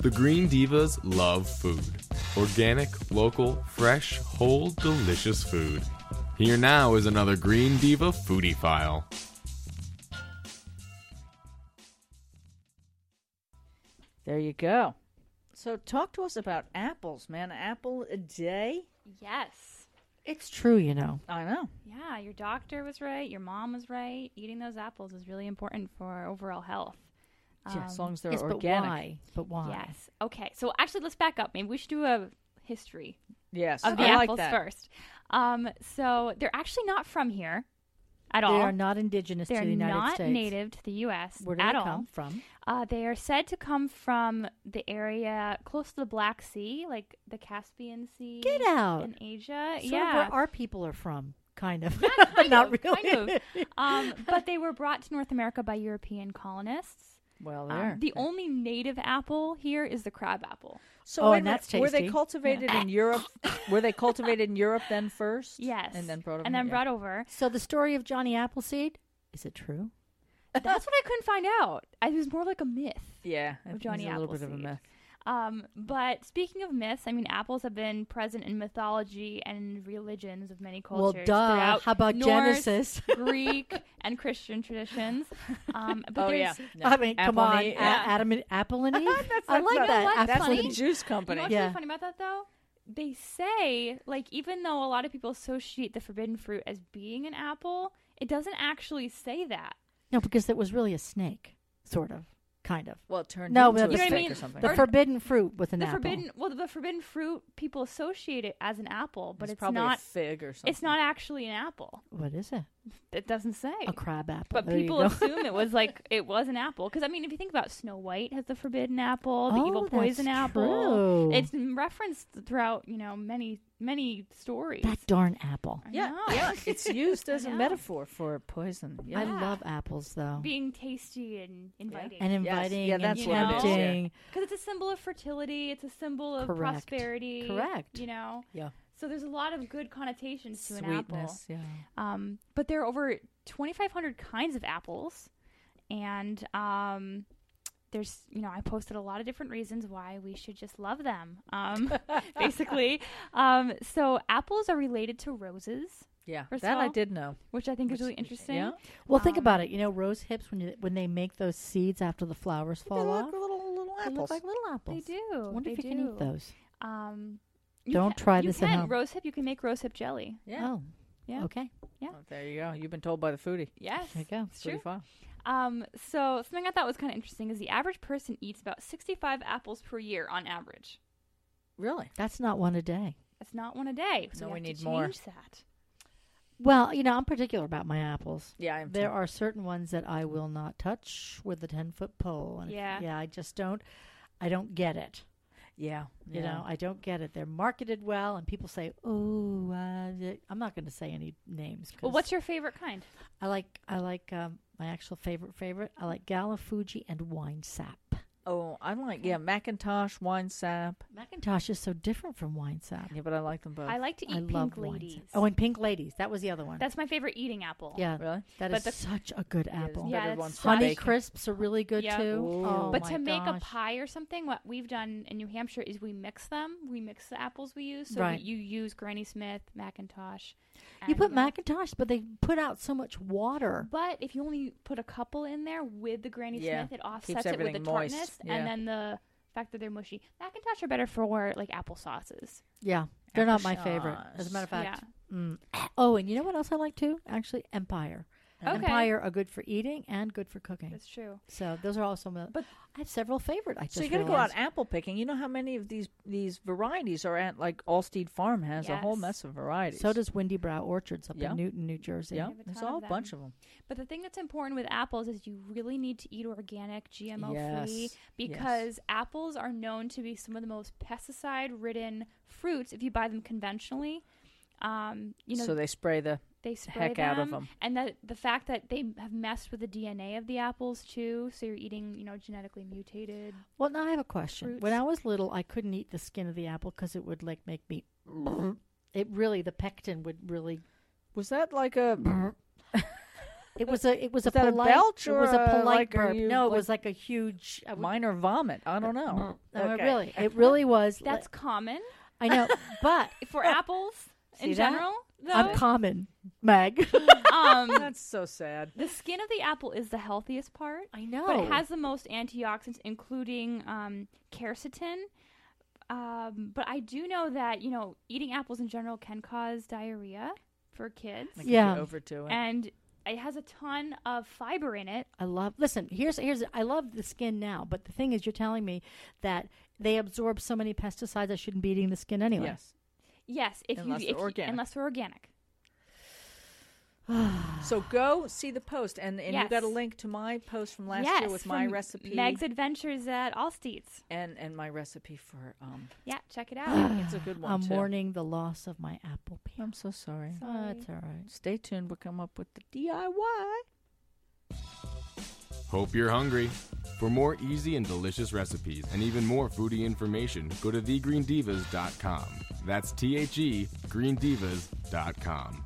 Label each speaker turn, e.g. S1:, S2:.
S1: The Green Divas love food. Organic, local, fresh, whole, delicious food. Here now is another Green Diva foodie file.
S2: There you go. So talk to us about apples, man. Apple a day.
S3: Yes.
S4: It's true, you know.
S2: I know.
S3: Yeah, your doctor was right. Your mom was right. Eating those apples is really important for overall health. Um,
S2: yeah, as long as they're
S4: yes, oh
S2: organic.
S4: but why? But why?
S3: Yes. Okay. So actually, let's back up. Maybe we should do a history
S2: Yes,
S3: of the
S2: I like
S3: apples
S2: that.
S3: first. Um, so they're actually not from here at
S4: They
S3: all.
S4: are not indigenous
S3: They're
S4: to the United
S3: not
S4: States.
S3: native to the U.S.
S4: Where do
S3: at
S4: they
S3: all.
S4: come from?
S3: Uh, they are said to come from the area close to the Black Sea, like the Caspian Sea.
S4: Get out.
S3: in Asia.
S4: Sort of
S3: Uh, yeah,
S4: where our people are from, kind of.
S3: kind
S4: not
S3: of,
S4: really.
S3: Kind of. Um, but they were brought to North America by European colonists.
S2: Well,
S3: Um,
S2: there.
S3: the only native apple here is the crab apple.
S2: so
S4: Oh,
S2: wait a
S4: and that's
S2: minute, Were they
S4: tasty.
S2: cultivated in Europe? Were they cultivated in Europe then first?
S3: Yes,
S2: and then brought over
S3: and
S2: here?
S3: then brought over.
S4: So the story of Johnny Appleseed, is it true?
S3: That's what I couldn't find out. I, it was more like a myth.
S2: Yeah, I
S3: Of
S2: think
S3: Johnny
S2: he's a little bit of a
S3: Appleseed.
S2: myth.
S3: Um, but speaking of myths, I mean, apples have been present in mythology and religions of many
S4: Well,
S3: cultures.
S4: duh.
S3: throughout
S4: How about
S3: Norse,
S4: Genesis?
S3: Greek, and Christian traditions. Um, but
S2: Oh
S3: there's,
S2: yeah, No.
S4: I mean, come
S2: Apple
S3: uh,
S2: and
S4: on,
S2: Eve.
S4: A- Adam and Apple and Eve.
S2: That's
S4: I
S2: not-
S4: like
S2: no,
S4: that.
S3: what?
S4: Apple
S2: That's
S3: funny.
S2: the juice company.
S3: You know what's
S4: Yeah.
S3: really funny about that though? They say like even though a lot of people associate the forbidden fruit as being an apple, it doesn't actually say that.
S4: No, because it was really a snake, sort of, kind of.
S2: Well, it turned
S4: No,
S2: into
S4: but
S2: a
S4: the-
S2: stick
S3: You know what I mean?
S2: or something.
S4: The
S3: Or-
S4: forbidden fruit with an
S3: the
S4: apple.
S3: forbidden well the forbidden fruit people associate it as an apple, but
S2: it's,
S3: it's,
S2: probably
S3: not
S2: a fig or something.
S3: it's not actually an apple.
S4: What is it?
S3: It doesn't say.
S4: A crab apple.
S3: But
S4: There you
S3: people
S4: go.
S3: assume it was like it was an apple because I mean, if you think about Snow White has the forbidden apple, the
S4: Oh,
S3: evil
S4: that's
S3: poison apple.
S4: true.
S3: It's referenced throughout you know many many stories.
S4: that darn apple.
S3: I
S2: Yeah,
S3: know.
S2: yeah. It's used as a
S3: Yeah.
S2: metaphor for poison. Yeah.
S4: I
S3: Yeah.
S4: love apples though,
S3: being tasty and inviting.
S4: and
S2: Yes. Yeah,
S4: inviting
S2: that's
S4: and
S3: what it is, yeah.
S4: tempting.
S3: Because it's a symbol of fertility, it's a symbol of
S4: Correct.
S3: prosperity.
S4: Correct.
S3: You know?
S2: Yeah.
S3: So there's a lot of good connotations to an apple.
S2: Sweetness. Yeah.
S3: Um, but there are over 2,500 kinds of apples. And um, there's, you know, I posted a lot of different reasons why we should just love them, um, basically. Um, so apples are related to roses,
S2: Yeah.
S3: First of
S2: that I
S3: all,
S2: did know.
S3: which I think
S2: Which-
S3: is really interesting.
S2: yeah.
S4: Well, think
S3: Um,
S4: about it. You know, rose hips when you, when they make those seeds after the flowers fall off,
S2: little little
S4: they look like little apples.
S3: They do.
S4: I wonder
S3: they
S4: if you
S3: do.
S4: can eat those.
S3: Um, you
S4: Don't
S3: can-
S4: try
S3: you
S4: this at
S3: can.
S4: home.
S3: Rose hip, you can make rose hip jelly.
S2: Yeah.
S4: Oh,
S3: Yeah.
S4: Okay.
S2: Oh, There you go. You've been told by the foodie.
S3: Yes.
S4: There you go.
S3: It's
S2: It's pretty
S3: true.
S2: fun.
S3: Um, so something I thought was kind of interesting is the average person eats about 65 apples per year on average.
S2: Really?
S4: That's not one a day.
S3: That's not one a day. So
S2: No,
S3: we,
S2: we
S3: have
S2: need
S3: to
S2: more.
S3: change that.
S4: Well, you know, I'm particular about my apples.
S2: Yeah, I'm
S4: There are certain ones that I will not touch with a ten foot pole. And if-
S3: Yeah.
S4: Yeah. I just don't. I don't get it.
S2: Yeah.
S4: You know, I don't get it. They're marketed well, and people say, "Oh, uh, th- I'm not going to say any names." 'cause
S3: Well, what's your favorite kind?
S4: I like I like um, my actual favorite favorite. I like Gala Fuji and Wine Sap.
S2: Oh, I like yeah, Macintosh, wine sap.
S4: Macintosh is so different from Wine Sap.
S2: Yeah, but I like them both.
S3: I like to eat
S4: I love
S3: pink
S4: Wine
S3: ladies.
S4: Sap. Oh, and Pink Ladies. That was the other one.
S3: that's my favorite eating apple.
S4: yeah,
S2: really?
S4: that
S3: but
S4: is
S3: the-
S4: such a good apple.
S3: Yeah,
S2: better
S3: that's
S2: ones for
S3: such-
S4: Honey
S2: baking.
S4: crisps are really good
S3: Yeah.
S4: too.
S2: Ooh.
S4: Oh,
S3: But
S4: my
S3: to make a
S4: gosh.
S3: pie or something, what we've done in New Hampshire is we mix them. We mix the apples we use. So
S4: Right.
S3: we, you use Granny Smith, Macintosh. and
S4: you
S3: uh,
S4: put
S3: Mac.
S4: Macintosh, but they put out so much water.
S3: But if you only put a couple in there with the Granny
S2: Yeah.
S3: Smith, it offsets it with the
S2: everything moist.
S3: tartness
S2: Yeah.
S3: and then the fact that they're mushy. Macintosh are better for like applesauces.
S4: Yeah, they're not my favorite. As a
S2: Applesauce.
S4: matter of fact. Mm. Oh, and you know what else I like too? Actually, Empire.
S3: Okay.
S4: Empire are good for eating and good for cooking.
S3: That's true.
S4: So those are also my. But
S2: But-
S4: I have several favorite. I just
S2: So you got to go out
S4: realized.
S2: apple picking. You know how many of these these varieties are at like Allsteed Farm has a whole
S3: Yes.
S2: mess of varieties.
S4: So does Windy Brow Orchards up
S2: Yeah.
S4: in Newton, New Jersey.
S2: yeah.
S3: have a
S2: There's
S3: ton
S2: a
S3: of
S2: whole
S3: them.
S2: bunch of them.
S3: But the thing that's important with apples is you really need to eat organic, GMO free,
S2: Yes,
S3: because apples are known to be some of the most pesticide ridden fruits if you buy them conventionally. Um, you know,
S2: so
S3: they,
S2: they spray the
S3: spray
S2: heck
S3: them,
S2: out of them.
S3: and that the fact that they have messed with the DNA of the apples too. So you're eating, you know, genetically mutated.
S4: Well, now I have a question. When
S3: Fruits.
S4: I was little, I couldn't eat the skin of the apple because it would like make me. It really the pectin would really.
S2: Was that like a
S4: It was a it was,
S2: Was
S4: a
S2: that a
S4: polite
S2: belch
S4: it was
S2: or
S4: a
S2: a,
S4: polite
S2: like, are
S4: burp.
S2: you,
S4: no, it
S2: like-
S4: was like a huge. I would-
S2: Minor vomit. I don't know.
S4: no, it
S2: Okay.
S4: really, it really was.
S3: That's common
S4: I know, but
S3: for apples in
S4: See that?
S3: general.
S4: I'm
S3: Though,
S4: common, Meg.
S3: um,
S2: That's so sad.
S3: the skin of the apple is the healthiest part,
S4: I know.
S3: but it has the most antioxidants, including um, quercetin. Um, but I do know that you know eating apples in general can cause diarrhea for kids,
S2: I
S4: Like-
S2: could
S4: Yeah.
S2: get over to it.
S3: and it has a ton of fiber in it.
S4: I love. Listen, here's here's. I love the skin now, but the thing is, you're telling me that they absorb so many pesticides. I shouldn't be eating the skin anyway.
S2: Yes.
S3: Yes, if
S2: Unless
S3: you
S2: they're
S3: if you-
S2: organic.
S3: unless they're organic.
S2: So go see the post, and, and you got a
S3: Yes.
S2: link to my post from last
S3: yes,
S2: year with my
S3: from
S2: recipe
S3: Meg's Adventures at Allsteeds.
S2: and and my recipe for um.
S3: Yeah, check it out.
S2: It's a good one
S4: I'm
S2: too.
S4: mourning the loss of my apple peel.
S2: I'm so sorry.
S4: Oh, it's all right.
S2: Stay tuned. We'll come up with the DIY.
S1: Hope you're hungry. For more easy and delicious recipes and even more foodie information, go to thegreendivas.com. That's T H E greendivas.com.